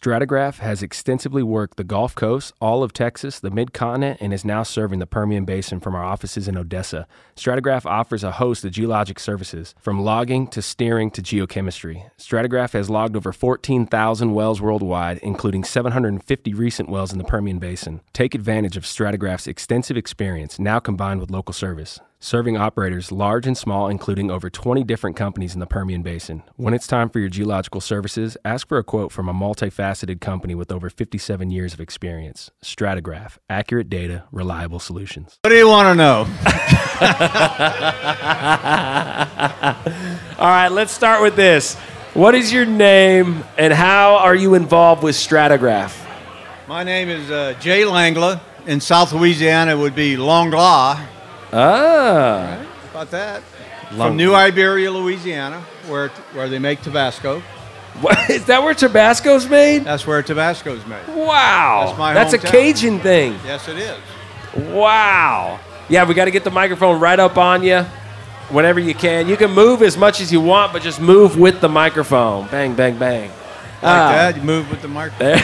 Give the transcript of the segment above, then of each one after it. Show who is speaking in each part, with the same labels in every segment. Speaker 1: Stratigraph has extensively worked the Gulf Coast, all of Texas, the Mid Continent, and is now serving the Permian Basin from our offices in Odessa. Stratigraph offers a host of geologic services, from logging to steering to geochemistry. Stratigraph has logged over 14,000 wells worldwide, including 750 recent wells in the Permian Basin. Take advantage of Stratigraph's extensive experience, now combined with local service serving operators large and small, including over 20 different companies in the Permian Basin. When it's time for your geological services, ask for a quote from a multifaceted company with over 57 years of experience. Stratigraph, accurate data, reliable solutions.
Speaker 2: What do you want to know?
Speaker 1: All right, let's start with this. What is your name and how are you involved with Stratigraph?
Speaker 2: My name is uh, Jay Langla. In South Louisiana, it would be Longla.
Speaker 1: Ah,
Speaker 2: About that.
Speaker 1: Long-
Speaker 2: From New Iberia, Louisiana, where, where they make Tabasco.
Speaker 1: what, is that where Tabasco's made?
Speaker 2: That's where Tabasco's made.
Speaker 1: Wow,
Speaker 2: That's my
Speaker 1: a
Speaker 2: hometown.
Speaker 1: Cajun thing.
Speaker 2: Yes, it is.
Speaker 1: Wow. Yeah, we got to get the microphone right up on you whenever you can. You can move as much as you want, but just move with the microphone. Bang, bang, bang.
Speaker 2: Like
Speaker 1: Ah.
Speaker 2: that, you move with the microphone.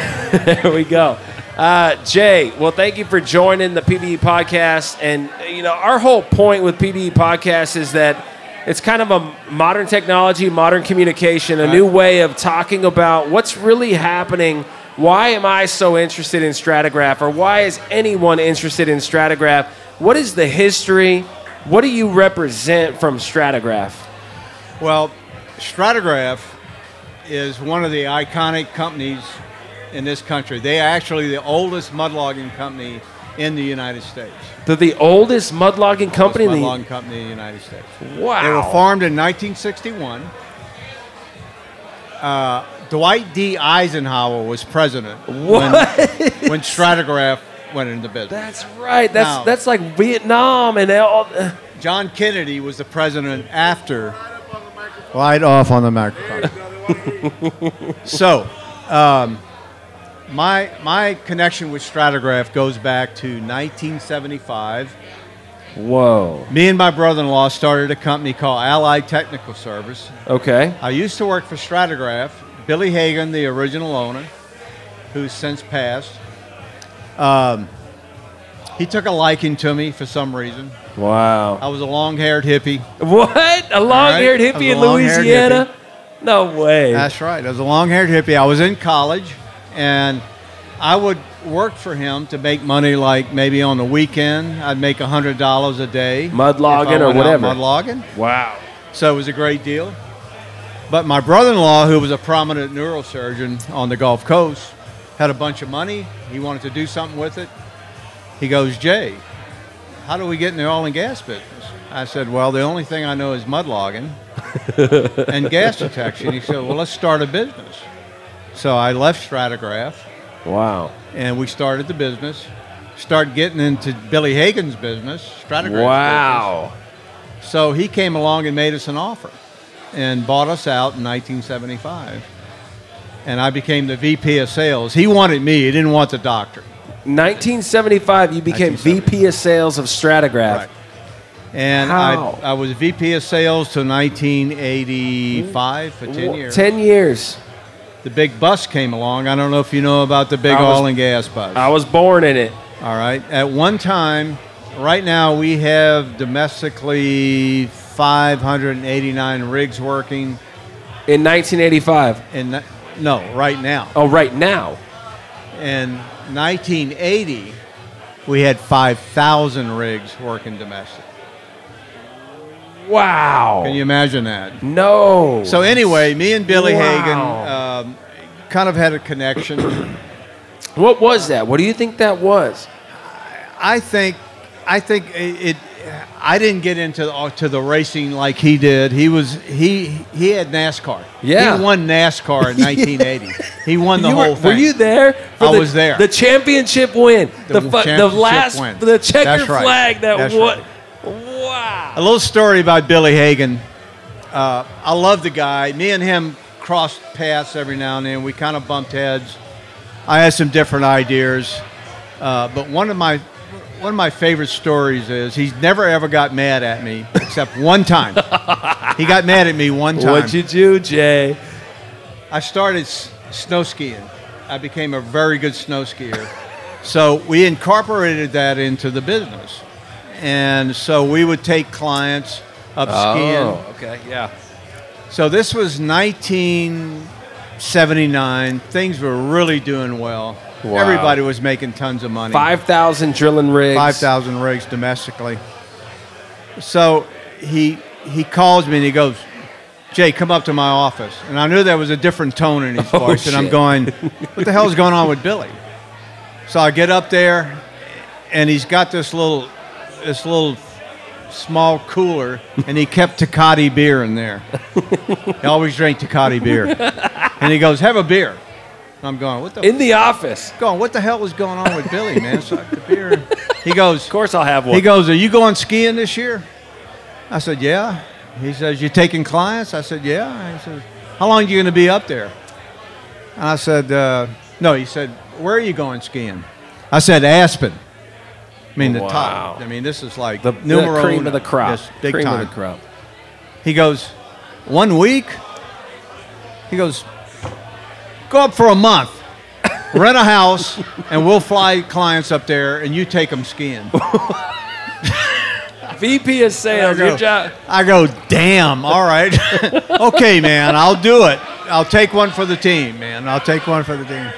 Speaker 1: There, there we go. Uh, Jay, well, thank you for joining the PBE podcast. And, you know, our whole point with PBE podcast is that it's kind of a modern technology, modern communication, a new way of talking about what's really happening. Why am I so interested in Stratigraph? Or why is anyone interested in Stratigraph? What is the history? What do you represent from Stratigraph?
Speaker 2: Well, Stratigraph is one of the iconic companies in this country. They are actually the oldest mud logging company in the United States.
Speaker 1: They're the oldest mud logging company
Speaker 2: Mud
Speaker 1: in the
Speaker 2: logging company in the United States.
Speaker 1: Wow.
Speaker 2: They were formed in 1961. Uh, Dwight D. Eisenhower was president when, when Stratigraph went into business.
Speaker 1: That's right. That's
Speaker 2: No.
Speaker 1: that's like Vietnam and all.
Speaker 2: John Kennedy was the president after. Right off on the microphone. so, um, my my connection with Stratigraph goes back to 1975.
Speaker 1: Whoa.
Speaker 2: Me and my brother-in-law started a company called Allied Technical Service.
Speaker 1: Okay.
Speaker 2: I used to work for Stratigraph. Billy Hagan, the original owner, who's since passed, um, he took a liking to me for some reason.
Speaker 1: Wow.
Speaker 2: I was a long-haired hippie.
Speaker 1: What? A long-haired
Speaker 2: All right.
Speaker 1: hippie
Speaker 2: A
Speaker 1: in
Speaker 2: long-haired
Speaker 1: Louisiana? No way.
Speaker 2: That's right. I was a long-haired hippie. I was in college, and I would work for him to make money. Like maybe on the weekend, I'd make hundred dollars a day.
Speaker 1: Mud
Speaker 2: if I
Speaker 1: logging or
Speaker 2: went out
Speaker 1: whatever.
Speaker 2: Mud logging.
Speaker 1: wow.
Speaker 2: So it was a great deal. But my brother in law, who was a prominent neurosurgeon on the Gulf Coast, had a bunch of money. He wanted to do something with it. He goes, Jay, how do we get in the oil and gas business? I said, Well, the only thing I know is mud logging and gas detection. He said, Well, let's start a business. So I left Stratigraph
Speaker 1: Wow.
Speaker 2: and we started the business. Started getting into Billy Hagan's business, Stratigraph's business.
Speaker 1: Wow.
Speaker 2: So he came along and made us an offer and bought us out in 1975. And I became the VP of sales. He wanted me, he didn't want the doctor.
Speaker 1: 1975, you became VP of Sales of Stratigraph.
Speaker 2: Right. And
Speaker 1: How?
Speaker 2: I, I was VP of sales till 1985 for 10
Speaker 1: Wha-
Speaker 2: years.
Speaker 1: 10 years.
Speaker 2: The big bus came along. I don't know if you know about the big
Speaker 1: I was-
Speaker 2: oil and gas bus.
Speaker 1: I was born in it.
Speaker 2: All right. At one time, right now, we have domestically 589 rigs working.
Speaker 1: In 1985.
Speaker 2: And no, right now.
Speaker 1: Oh, right now.
Speaker 2: In 1980, we had 5,000 rigs working domestic.
Speaker 1: Wow.
Speaker 2: Can you imagine that?
Speaker 1: no.
Speaker 2: So anyway, me and Billy
Speaker 1: Wow.
Speaker 2: Hagan um, kind of had a connection.
Speaker 1: what was that? What do you think that was?
Speaker 2: I think, I think it. I didn't get into the, to the racing like he did. He was he he had NASCAR.
Speaker 1: Yeah.
Speaker 2: he won NASCAR in 1980. He won the
Speaker 1: You were-
Speaker 2: whole
Speaker 1: were,
Speaker 2: thing.
Speaker 1: you there?
Speaker 2: I
Speaker 1: the,
Speaker 2: was there.
Speaker 1: The championship win. The,
Speaker 2: The
Speaker 1: fu- the
Speaker 2: championship
Speaker 1: last,
Speaker 2: win.
Speaker 1: the checker
Speaker 2: That's right.
Speaker 1: flag that
Speaker 2: That's
Speaker 1: what?
Speaker 2: right.
Speaker 1: Wow.
Speaker 2: A little story about Billy Hagan. Uh, I love the guy. Me and him crossed paths every now and then. We kind of bumped heads. I had some different ideas, uh, but one of my one of my favorite stories is he's never ever got mad at me except one time. he got mad at me one time.
Speaker 1: What'd you do, Jay?
Speaker 2: I started s- snow skiing I became a very good snow skier. so we incorporated that into the business. And so we would take clients up skiing.
Speaker 3: Oh, okay, yeah.
Speaker 2: So this was 1979. Things were really doing well.
Speaker 3: Wow.
Speaker 2: Everybody was making tons of money.
Speaker 1: Five thousand drilling rigs.
Speaker 2: 5,000 rigs domestically. So he he calls me and he goes, Jay, come up to my office. And I knew there was a different tone in his
Speaker 3: Oh,
Speaker 2: voice. And I'm
Speaker 3: shit.
Speaker 2: going, what the hell's going on with Billy? So I get up there and he's got this little this little small cooler and he kept Tecate beer in there. he always drank Tecate beer. And he goes, Have a beer. And I'm going, What the
Speaker 1: in the office. Of
Speaker 2: going, what the hell is going on with Billy, man? So I could beer. He goes,
Speaker 1: course, I'll have one.
Speaker 2: he goes, are you going skiing this year? I said, yeah. He says, you taking clients? I said, yeah. He says, how long are you going to be up there? And I said, uh, no. He said, where are you going skiing? I said, Aspen. I mean, the
Speaker 1: Wow.
Speaker 2: top. I mean, this is like
Speaker 1: the,
Speaker 2: numero
Speaker 1: the cream
Speaker 2: uno.
Speaker 1: of the crop.
Speaker 2: Yes, big
Speaker 1: cream
Speaker 2: time.
Speaker 1: of the crop.
Speaker 2: He goes, one week? He goes, go up for a month, rent a house, and we'll fly clients up there and you take them skiing.
Speaker 1: VP of sales.
Speaker 2: There
Speaker 1: Your
Speaker 2: you go.
Speaker 1: job.
Speaker 2: I go, damn, all right. okay, man, I'll do it. I'll take one for the team, man. I'll take one for the team.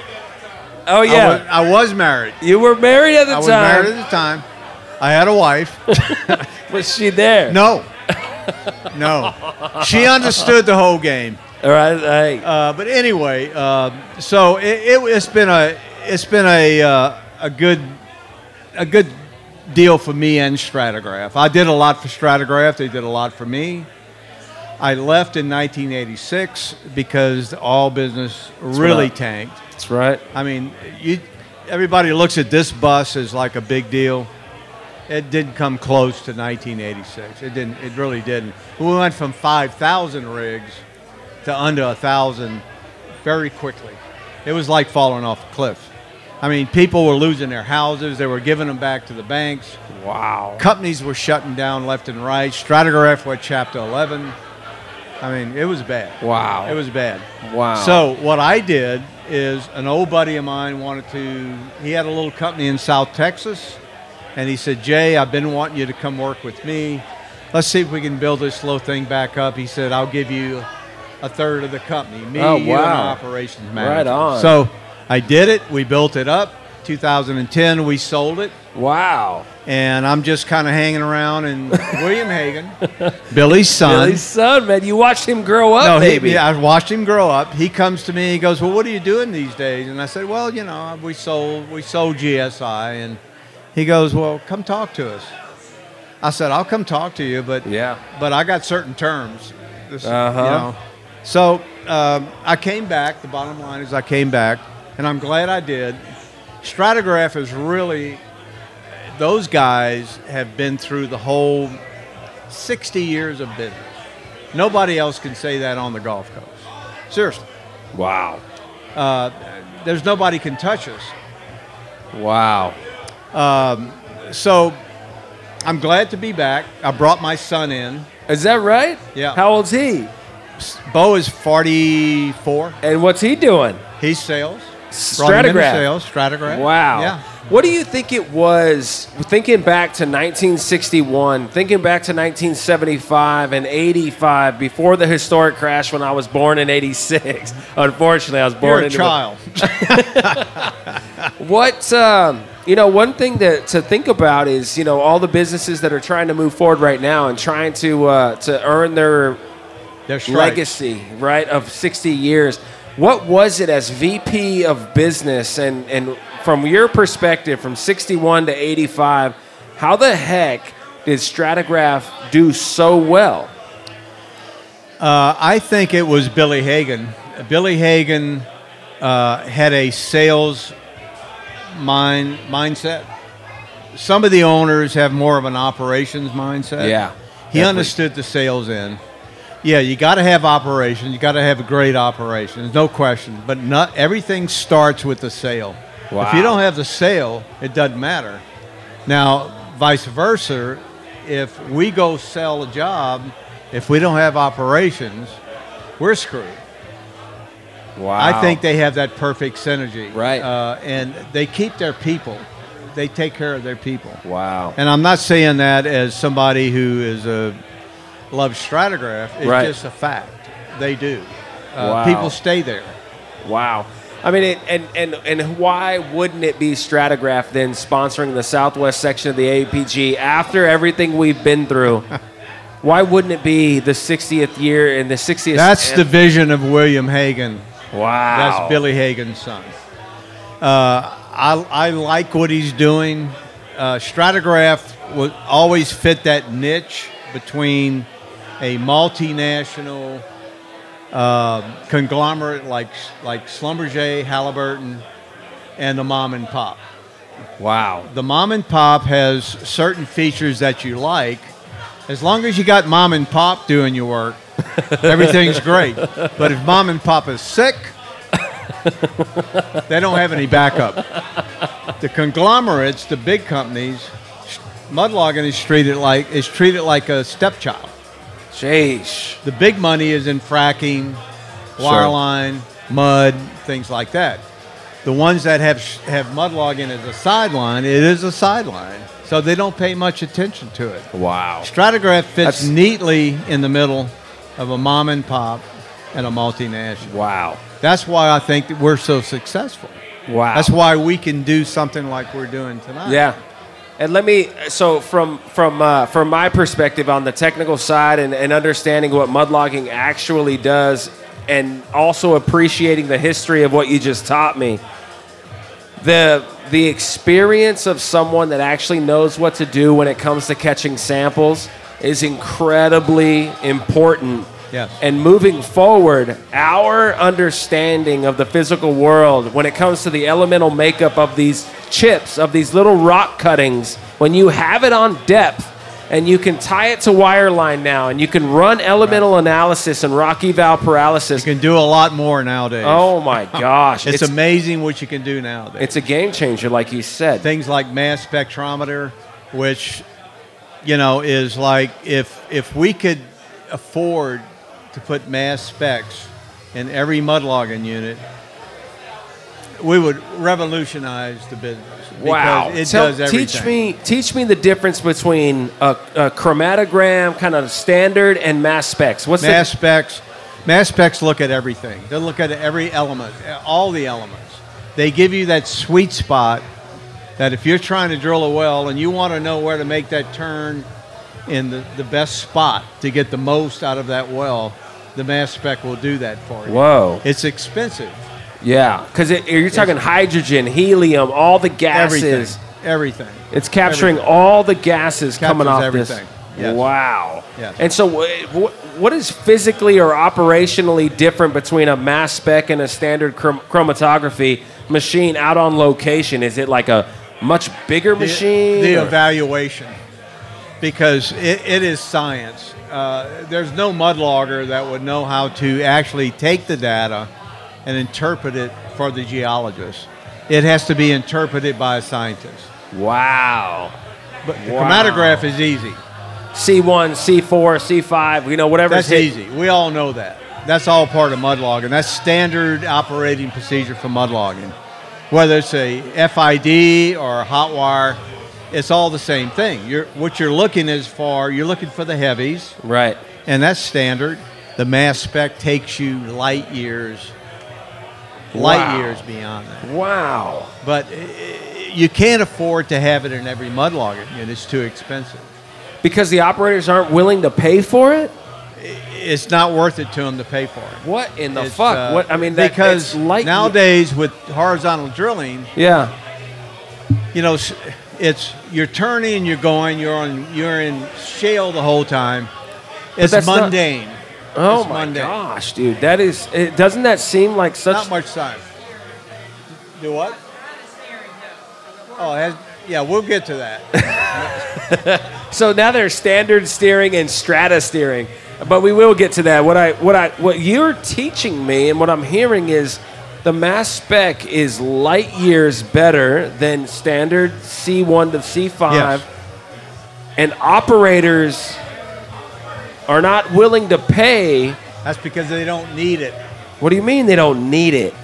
Speaker 1: Oh
Speaker 2: I
Speaker 1: yeah, uh,
Speaker 2: wa- I was, married.
Speaker 1: you were married at the
Speaker 2: I was
Speaker 1: time.
Speaker 2: married at the time. I had a wife.
Speaker 1: Was she there?
Speaker 2: No. No. She understood the whole game.
Speaker 1: All right. hey.
Speaker 2: Uh, but anyway, uh, so it, it, it's been a it's been a uh, a good a good deal for me and Stratigraph. I did a lot for Stratigraph. They did a lot for me. I left in 1986 because all business really
Speaker 1: up.
Speaker 2: tanked.
Speaker 1: That's right.
Speaker 2: I mean, you everybody looks at this bus as like a big deal. It didn't come close to 1986. It didn't. It really didn't. We went from 5,000 rigs to under a thousand very quickly. It was like falling off a cliff. I mean, people were losing their houses. They were giving them back to the banks.
Speaker 1: Wow.
Speaker 2: Companies were shutting down left and right. Stratigraph went Chapter 11. I mean, it was bad.
Speaker 1: Wow.
Speaker 2: It was bad.
Speaker 1: Wow.
Speaker 2: So what I did is an old buddy of mine wanted to. He had a little company in South Texas, and he said, "Jay, I've been wanting you to come work with me. Let's see if we can build this little thing back up." He said, "I'll give you a third of the company, me,
Speaker 1: Oh,
Speaker 2: you, and
Speaker 1: wow.
Speaker 2: our operations manager."
Speaker 1: on.
Speaker 2: So I did it. We built it up. 2010, we sold it,
Speaker 1: wow.
Speaker 2: and I'm just kind of hanging around. And William Hagan, Billy's son,
Speaker 1: Billy's son, man. You watched him grow up,
Speaker 2: no, he-
Speaker 1: baby.
Speaker 2: yeah, I watched him grow up. He comes to me. He goes, "Well, what are you doing these days?" And I said, "Well, you know, we sold we sold GSI." And he goes, "Well, come talk to us." I said, "I'll come talk to you, but
Speaker 1: Yeah.
Speaker 2: but I got certain terms." This- you
Speaker 1: Uh-huh.
Speaker 2: know. So um, I came back. The bottom line is, I came back, and I'm glad I did. Stratigraph is really those guys have been through the whole 60 years of business. Nobody else can say that on the Gulf Coast. Seriously, uh,
Speaker 1: Wow.
Speaker 2: there's nobody can touch us.
Speaker 1: Wow.
Speaker 2: So I'm glad to be back. I brought my son in.
Speaker 1: Is that right?
Speaker 2: Yeah.
Speaker 1: How old's he?
Speaker 2: Bo is 44.
Speaker 1: And what's he doing?
Speaker 2: He's sales. Brought him into
Speaker 1: Stratigraph.
Speaker 2: Sales, Stratigraph.
Speaker 1: Wow.
Speaker 2: Yeah.
Speaker 1: What do you think it was? Thinking back to 1961, thinking back to 1975 and 85, before the historic crash when I was born in 86. Unfortunately, I was born
Speaker 2: You're a
Speaker 1: into
Speaker 2: child.
Speaker 1: What um, you know, one thing to, to think about is you know all the businesses that are trying to move forward right now and trying to uh, to earn their
Speaker 2: They're stripes.
Speaker 1: legacy right of 60 years. What was it as VP of business and and from your perspective from 61 to 85, how the heck did Stratigraph do so well?
Speaker 2: Uh, I think it was Billy Hagan. Billy Hagan uh, had a sales mind mindset. Some of the owners have more of an operations mindset.
Speaker 1: Yeah,
Speaker 2: he
Speaker 1: definitely.
Speaker 2: understood the sales end. Yeah, you got to have operations. You got to have a great operation. There's no question. But not everything starts with the sale. If
Speaker 1: Wow.
Speaker 2: you don't have the sale, it doesn't matter. Now, vice versa, if we go sell a job, if we don't have operations, we're screwed.
Speaker 1: Wow.
Speaker 2: I think they have that perfect synergy.
Speaker 1: Right.
Speaker 2: Uh, and they keep their people. They take care of their people.
Speaker 1: Wow.
Speaker 2: And I'm not saying that as somebody who is a loves stratigraph. It's
Speaker 1: Right.
Speaker 2: just a fact. They do. Uh,
Speaker 1: Wow.
Speaker 2: People stay there.
Speaker 1: Wow. I mean, it, and, and, and why wouldn't it be Stratigraph then sponsoring the Southwest section of the APG after everything we've been through? why wouldn't it be the 60th year and the 60th?
Speaker 2: That's the vision of William Hagan.
Speaker 1: wow.
Speaker 2: That's Billy Hagan's son. Uh, I, I like what he's doing. Uh, Stratigraph would always fit that niche between a multinational uh, conglomerate like like Schlumberger, Halliburton, and the mom and pop.
Speaker 1: Wow.
Speaker 2: The mom and pop has certain features that you like. As long as you got mom and pop doing your work, everything's great. But if mom and pop is sick, they don't have any backup. The conglomerates, the big companies, mudlogging is treated like is treated like a stepchild.
Speaker 1: Jeez.
Speaker 2: The big money is in fracking,
Speaker 1: Sure.
Speaker 2: wireline, mud, things like that. The ones that have have mud logging as a sideline, it is a sideline, so they don't pay much attention to it.
Speaker 1: Wow.
Speaker 2: Stratigraph fits
Speaker 1: That's-
Speaker 2: neatly in the middle of a mom and pop and a multinational.
Speaker 1: Wow.
Speaker 2: That's why I think that we're so successful.
Speaker 1: Wow.
Speaker 2: That's why we can do something like we're doing tonight.
Speaker 1: Yeah. And let me so from from uh, from my perspective on the technical side and, and understanding what mudlogging actually does and also appreciating the history of what you just taught me. The the experience of someone that actually knows what to do when it comes to catching samples is incredibly important.
Speaker 2: Yes.
Speaker 1: And moving forward, our understanding of the physical world when it comes to the elemental makeup of these chips, of these little rock cuttings, when you have it on depth and you can tie it to wireline now and you can run elemental analysis and rock eval paralysis.
Speaker 2: You can do a lot more nowadays.
Speaker 1: oh my gosh.
Speaker 2: it's,
Speaker 1: it's,
Speaker 2: amazing what you can do nowadays.
Speaker 1: it's a game changer, like you said.
Speaker 2: things like mass spectrometer, which you know is like if if we could afford to put mass specs in every mudlogging unit, we would revolutionize the business. because
Speaker 1: Wow!
Speaker 2: it
Speaker 1: Tell-
Speaker 2: does everything.
Speaker 1: Teach me, teach me the difference between a, a chromatogram, kind of standard, and mass specs. What's
Speaker 2: mass specs. Mass specs look at everything. They look at every element, all the elements. They give you that sweet spot that if you're trying to drill a well and you want to know where to make that turn in the, the best spot to get the most out of that well, the mass spec will do that for
Speaker 1: the?
Speaker 2: you.
Speaker 1: Whoa!
Speaker 2: It's expensive.
Speaker 1: Yeah, because you're talking hydrogen, helium, all the gases.
Speaker 2: Everything. Everything.
Speaker 1: It's capturing
Speaker 2: Everything.
Speaker 1: all the gases coming
Speaker 2: Captures
Speaker 1: off
Speaker 2: everything.
Speaker 1: this.
Speaker 2: Yes.
Speaker 1: Wow.
Speaker 2: Yes.
Speaker 1: And so, wh- wh- what is physically or operationally different between a mass spec and a standard chrom- chromatography machine out on location? Is it like a much bigger
Speaker 2: the-
Speaker 1: machine?
Speaker 2: The,
Speaker 1: or-
Speaker 2: evaluation, because it, it is science. Uh, there's no mudlogger that would know how to actually take the data and interpret it for the geologist. It has to be interpreted by a scientist.
Speaker 1: wow.
Speaker 2: But the
Speaker 1: Wow.
Speaker 2: chromatograph is easy.
Speaker 1: C1, C4, C5, you know, whatever.
Speaker 2: That's easy. We all know that. That's all part of mudlogging. That's standard operating procedure for mudlogging. Whether it's a FID or a hot wire, it's all the same thing. You're, what you're looking is for, you're looking for the heavies,
Speaker 1: Right.
Speaker 2: and that's standard. The mass spec takes you light years, light
Speaker 1: Wow.
Speaker 2: years beyond that.
Speaker 1: Wow.
Speaker 2: But eh, you can't afford to have it in every mudlogger unit. It's too expensive.
Speaker 1: Because the operators aren't willing to pay for it?
Speaker 2: It's not worth it to them to pay for it.
Speaker 1: What in the
Speaker 2: It's,
Speaker 1: fuck?
Speaker 2: uh,
Speaker 1: what I mean, that, it's
Speaker 2: because
Speaker 1: light
Speaker 2: nowadays with horizontal drilling,
Speaker 1: Yeah.
Speaker 2: you know, s- it's you're turning, you're going, you're on, you're in shale the whole time. It's
Speaker 1: that's not-
Speaker 2: mundane.
Speaker 1: Oh
Speaker 2: It's
Speaker 1: my
Speaker 2: Monday.
Speaker 1: gosh, dude, that is. It, doesn't that seem like
Speaker 2: Not
Speaker 1: such?
Speaker 2: much time. Do what? Oh, it has, yeah, we'll get to that.
Speaker 1: so now there's standard steering and strata steering, but we will get to that. What I, what I, what you're teaching me and what I'm hearing is, the mass spec is light years better than standard C1 to C5,
Speaker 2: Yes.
Speaker 1: and operators are not willing to pay
Speaker 2: That's because they don't need it.
Speaker 1: What do you mean they don't need it?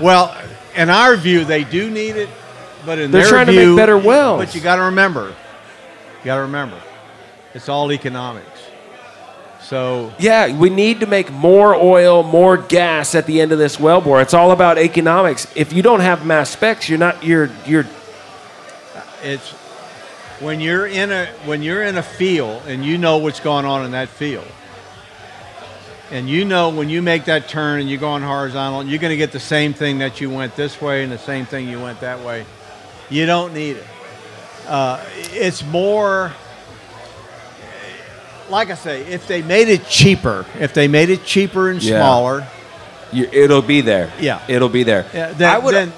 Speaker 2: Well, in our view, they do need it, but in
Speaker 1: They're
Speaker 2: their
Speaker 1: trying to make
Speaker 2: view-
Speaker 1: better wells.
Speaker 2: But you got to remember, you got to remember, it's all economics. So
Speaker 1: Yeah, we need to make more oil, more gas at the end of this well bore. It's all about economics. If you don't have mass specs, you're not you're you're
Speaker 2: it's when you're in a when you're in a field and you know what's going on in that field and you know when you make that turn and you're going horizontal you're going to get the same thing that you went this way and the same thing you went that way you don't need it uh, it's more like i say if they made it cheaper if they made it cheaper and
Speaker 3: Yeah.
Speaker 2: smaller
Speaker 3: You, it'll be there.
Speaker 2: Yeah.
Speaker 3: It'll be there.
Speaker 2: yeah, then,
Speaker 3: I would.
Speaker 2: then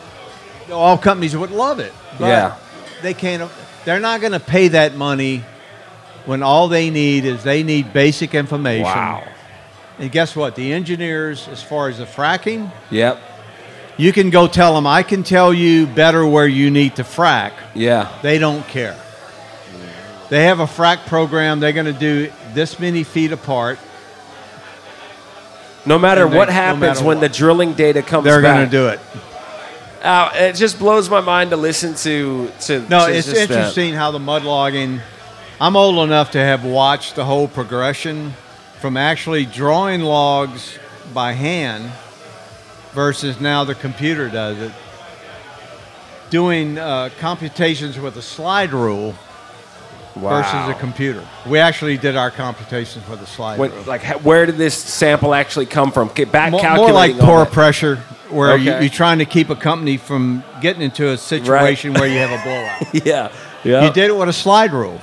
Speaker 2: all companies would love it. But
Speaker 3: Yeah.
Speaker 2: they can't. They're not going to pay that money when all they need is they need basic information.
Speaker 3: wow.
Speaker 2: And guess what? The engineers, as far as the fracking,
Speaker 3: Yep.
Speaker 2: you can go tell them. I can tell you better where you need to frack.
Speaker 3: Yeah.
Speaker 2: They don't care. They have a frack program. They're going to do this many feet apart.
Speaker 1: no matter
Speaker 2: And they-
Speaker 1: what
Speaker 2: no
Speaker 1: happens
Speaker 2: matter
Speaker 1: when
Speaker 2: what.
Speaker 1: the drilling data comes
Speaker 2: They're
Speaker 1: back.
Speaker 2: going to do it.
Speaker 1: Uh, it just blows my mind to listen to to
Speaker 2: No,
Speaker 1: to
Speaker 2: it's
Speaker 1: just that.
Speaker 2: interesting how the mud logging. I'm old enough to have watched the whole progression from actually drawing logs by hand versus now the computer does it. Doing uh, computations with a slide rule versus a computer. We actually did our computations with a slide
Speaker 1: What-
Speaker 2: rule.
Speaker 1: like ha- where did this sample actually come from? Get back
Speaker 2: Mo- more
Speaker 1: calculating
Speaker 2: like
Speaker 1: all
Speaker 2: pore
Speaker 1: that.
Speaker 2: pressure, where you,
Speaker 1: Okay.
Speaker 2: you're trying to keep a company from getting into a situation where you have a blowout.
Speaker 1: yeah. Yeah.
Speaker 2: You did it with a slide rule.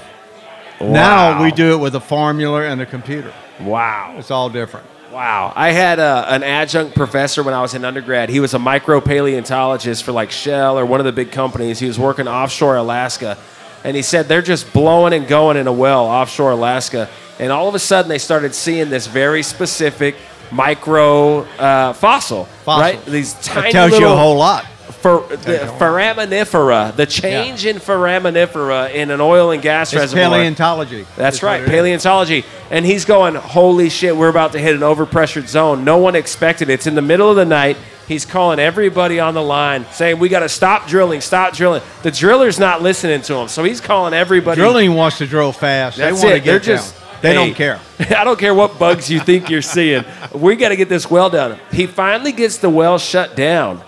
Speaker 2: Now we do it with a formula and a computer.
Speaker 1: Wow.
Speaker 2: It's all different.
Speaker 1: Wow. I had a, an adjunct professor when I was in undergrad. He was a micro paleontologist for like Shell or one of the big companies. He was working offshore Alaska. And he said they're just blowing and going in a well offshore Alaska. And all of a sudden they started seeing this very specific micro uh, fossil.
Speaker 2: Fossils.
Speaker 1: Right? These tiny
Speaker 2: It tells
Speaker 1: little
Speaker 2: you a whole lot.
Speaker 1: fer- the foraminifera, the change in foraminifera in an oil and gas
Speaker 2: It's
Speaker 1: reservoir.
Speaker 2: paleontology.
Speaker 1: That's
Speaker 2: is
Speaker 1: right,
Speaker 2: what it is.
Speaker 1: paleontology. And he's going, holy shit, we're about to hit an overpressured zone. No one expected it. It's in the middle of the night. He's calling everybody on the line, saying, we got to stop drilling, stop drilling. The driller's not listening to him, so he's calling everybody.
Speaker 2: Drilling wants to drill fast.
Speaker 1: That's
Speaker 2: they want
Speaker 1: it.
Speaker 2: to get
Speaker 1: They're
Speaker 2: it down.
Speaker 1: just
Speaker 2: They
Speaker 1: hey,
Speaker 2: don't care.
Speaker 1: I don't care what bugs you think you're seeing. We got to get this well done. He finally gets the well shut down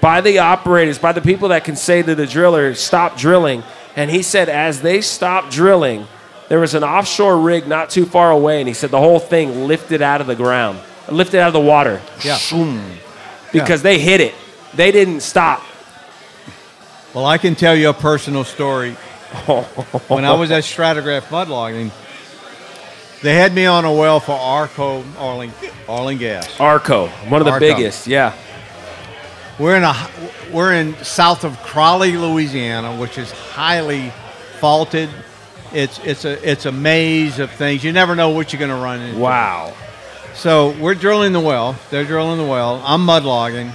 Speaker 1: by the operators, by the people that can say to the driller, "Stop drilling." And he said, as they stopped drilling, there was an offshore rig not too far away, and he said the whole thing lifted out of the ground, lifted out of the water,
Speaker 2: Yeah.
Speaker 1: because they hit it. They didn't stop.
Speaker 2: Well, I can tell you a personal story. when I was at Stratigraph Mudlogging, they had me on a well for Arco oil and, oil and gas.
Speaker 1: Arco, one of the
Speaker 2: Arco.
Speaker 1: biggest, yeah.
Speaker 2: We're in a we're in south of Crawley, Louisiana, which is highly faulted. It's it's a it's a maze of things. You never know what you're going to run into.
Speaker 1: Wow.
Speaker 2: So we're drilling the well. They're drilling the well. I'm mud logging.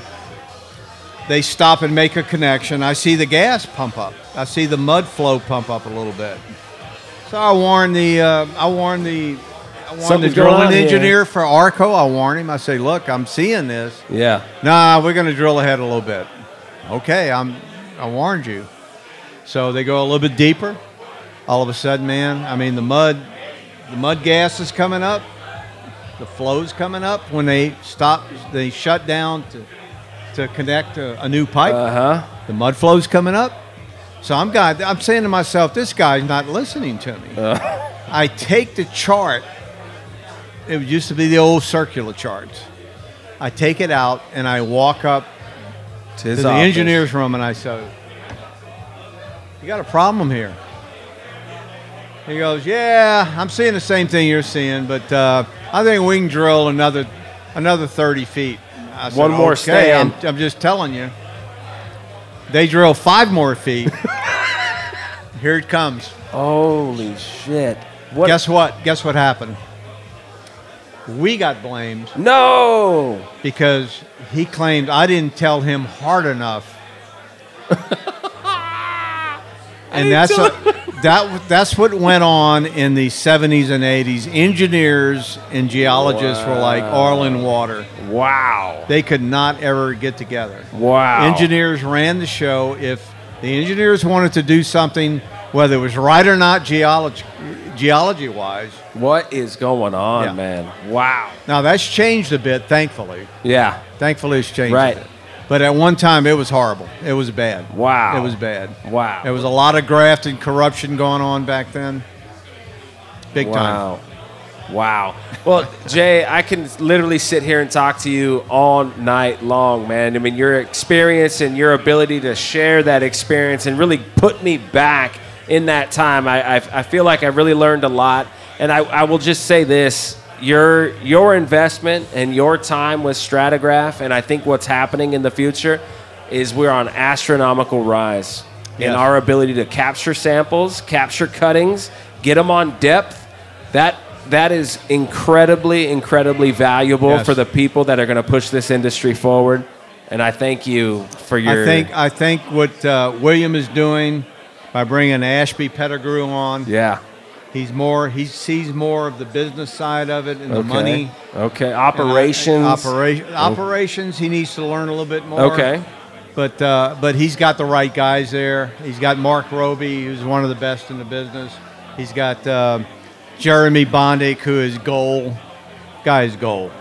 Speaker 2: They stop and make a connection. I see the gas pump up. I see the mud flow pump up a little bit. So I warn the uh, I warn the I warn the
Speaker 1: Something's going on
Speaker 2: drilling
Speaker 1: here.
Speaker 2: engineer for Arco. I warn him. I say, look, I'm seeing this.
Speaker 1: Yeah.
Speaker 2: Nah, we're going to drill ahead a little bit. Okay, I'm, I warned you. So they go a little bit deeper. All of a sudden, man, I mean, the mud, the mud gas is coming up. The flow's coming up. When they stop, they shut down to, to connect a, a new pipe.
Speaker 1: Uh huh.
Speaker 2: the mud flow's coming up. So I'm guy, I'm saying to myself, this guy's not listening to me. I take the chart. It used to be the old circular charts. I take it out and I walk up
Speaker 3: To his
Speaker 2: to the
Speaker 3: office.
Speaker 2: engineer's room and I said, You got a problem here. He goes, Yeah, I'm seeing the same thing you're seeing, but uh, I think we can drill another another 30 feet. I said,
Speaker 1: One more
Speaker 2: okay, I'm,
Speaker 1: stand."
Speaker 2: I'm just telling you. They drill five more feet. here it comes.
Speaker 1: Holy shit. What?
Speaker 2: Guess what? Guess what happened? We got blamed
Speaker 1: no.
Speaker 2: because he claimed I didn't tell him hard enough. and and that's a, that. That's what went on in the 70s and 80s. Engineers and geologists were like oil and water.
Speaker 4: Wow.
Speaker 2: They could not ever get together.
Speaker 4: Wow.
Speaker 2: Engineers ran the show. If the engineers wanted to do something, whether it was right or not, geology geology wise.
Speaker 1: What is going on,
Speaker 2: Yeah.
Speaker 1: man?
Speaker 4: Wow.
Speaker 2: Now that's changed a bit, thankfully.
Speaker 1: Yeah.
Speaker 2: Thankfully, it's changed. a
Speaker 4: Right.
Speaker 2: bit. But at one time, it was horrible. It was bad.
Speaker 4: Wow.
Speaker 2: It was bad.
Speaker 4: Wow.
Speaker 2: There was a lot of graft and corruption going on back then. Big time.
Speaker 1: Wow. Wow. Well, Jay, I can literally sit here and talk to you all night long, man. I mean, your experience and your ability to share that experience and really put me back in that time. I, I, I feel like I really learned a lot. And I, I will just say this your, your investment and your time with Stratigraph, and I think what's happening in the future is we're on astronomical rise in
Speaker 2: Yes.
Speaker 1: our ability to capture samples, capture cuttings, get them on depth. That that is incredibly, incredibly valuable
Speaker 2: Yes.
Speaker 1: for the people that are going to push this industry forward. And I thank you for your.
Speaker 2: I think I think what uh, William is doing by bringing Ashby Pettigrew on,
Speaker 1: Yeah.
Speaker 2: he's more he sees more of the business side of it and the
Speaker 1: Okay.
Speaker 2: money
Speaker 1: Okay. Operations.
Speaker 2: Operation, operations. He needs to learn a little bit more.
Speaker 1: Okay.
Speaker 2: But uh, but he's got the right guys there. He's got Mark Roby, who's one of the best in the business. He's got uh, Jeremy Bondick, who is goal. Guy's goal.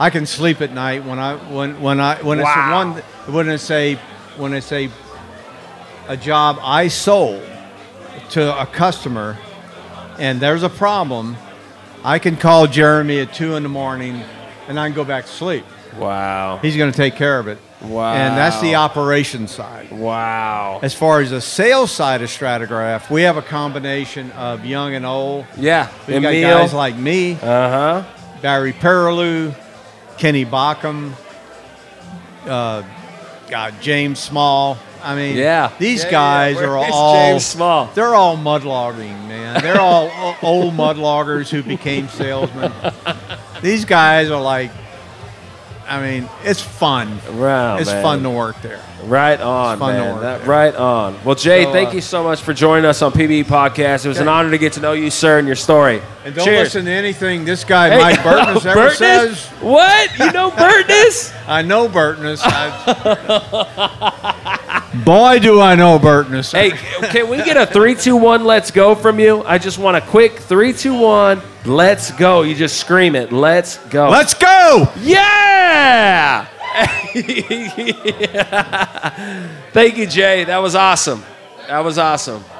Speaker 2: I can sleep at night when I when when I when
Speaker 1: Wow.
Speaker 2: it's one when I say when I say a job I sold to a customer and there's a problem, I can call Jeremy at two in the morning and I can go back to sleep.
Speaker 1: Wow.
Speaker 2: He's going to take care of it.
Speaker 1: Wow.
Speaker 2: And that's the operation side.
Speaker 1: Wow.
Speaker 2: As far as the sales side of Stratigraph, we have a combination of young and old.
Speaker 1: Yeah.
Speaker 2: We've got
Speaker 1: Emil.
Speaker 2: guys like me,
Speaker 1: uh huh.
Speaker 2: Barry Perilou, Kenny Bockham, uh, God, James Small. I mean,
Speaker 1: Yeah.
Speaker 2: these
Speaker 1: Yeah, yeah,
Speaker 2: guys
Speaker 1: where
Speaker 2: are
Speaker 1: is
Speaker 2: all
Speaker 1: James Small?
Speaker 2: They're all mudlogging, man. They're all o- old mudloggers who became salesmen. these guys are like, I mean, it's fun.
Speaker 1: Wow.
Speaker 2: it's
Speaker 1: Oh, man.
Speaker 2: fun to work there.
Speaker 1: Right on,
Speaker 2: fun to
Speaker 1: man.
Speaker 2: work
Speaker 1: That-
Speaker 2: there.
Speaker 1: right on. Well, Jay,
Speaker 2: So,
Speaker 1: thank
Speaker 2: uh,
Speaker 1: you so much for joining us on PBE Podcast. It was an
Speaker 2: Okay.
Speaker 1: honor to get to know you, sir, and your story.
Speaker 2: And don't
Speaker 1: Cheers.
Speaker 2: listen to anything this guy
Speaker 1: Hey,
Speaker 2: Mike Burtness ever
Speaker 1: Burtness?
Speaker 2: says.
Speaker 1: What? You know Burtness?
Speaker 2: I know Burtness. I, boy, do I know Burtness.
Speaker 1: Hey, can we get a three, two, one? Let's go from you. I just want a quick three, two, one. Let's go. You just scream it. Let's go.
Speaker 2: let's go.
Speaker 1: yeah. Thank you, Jay. That was awesome. That was awesome.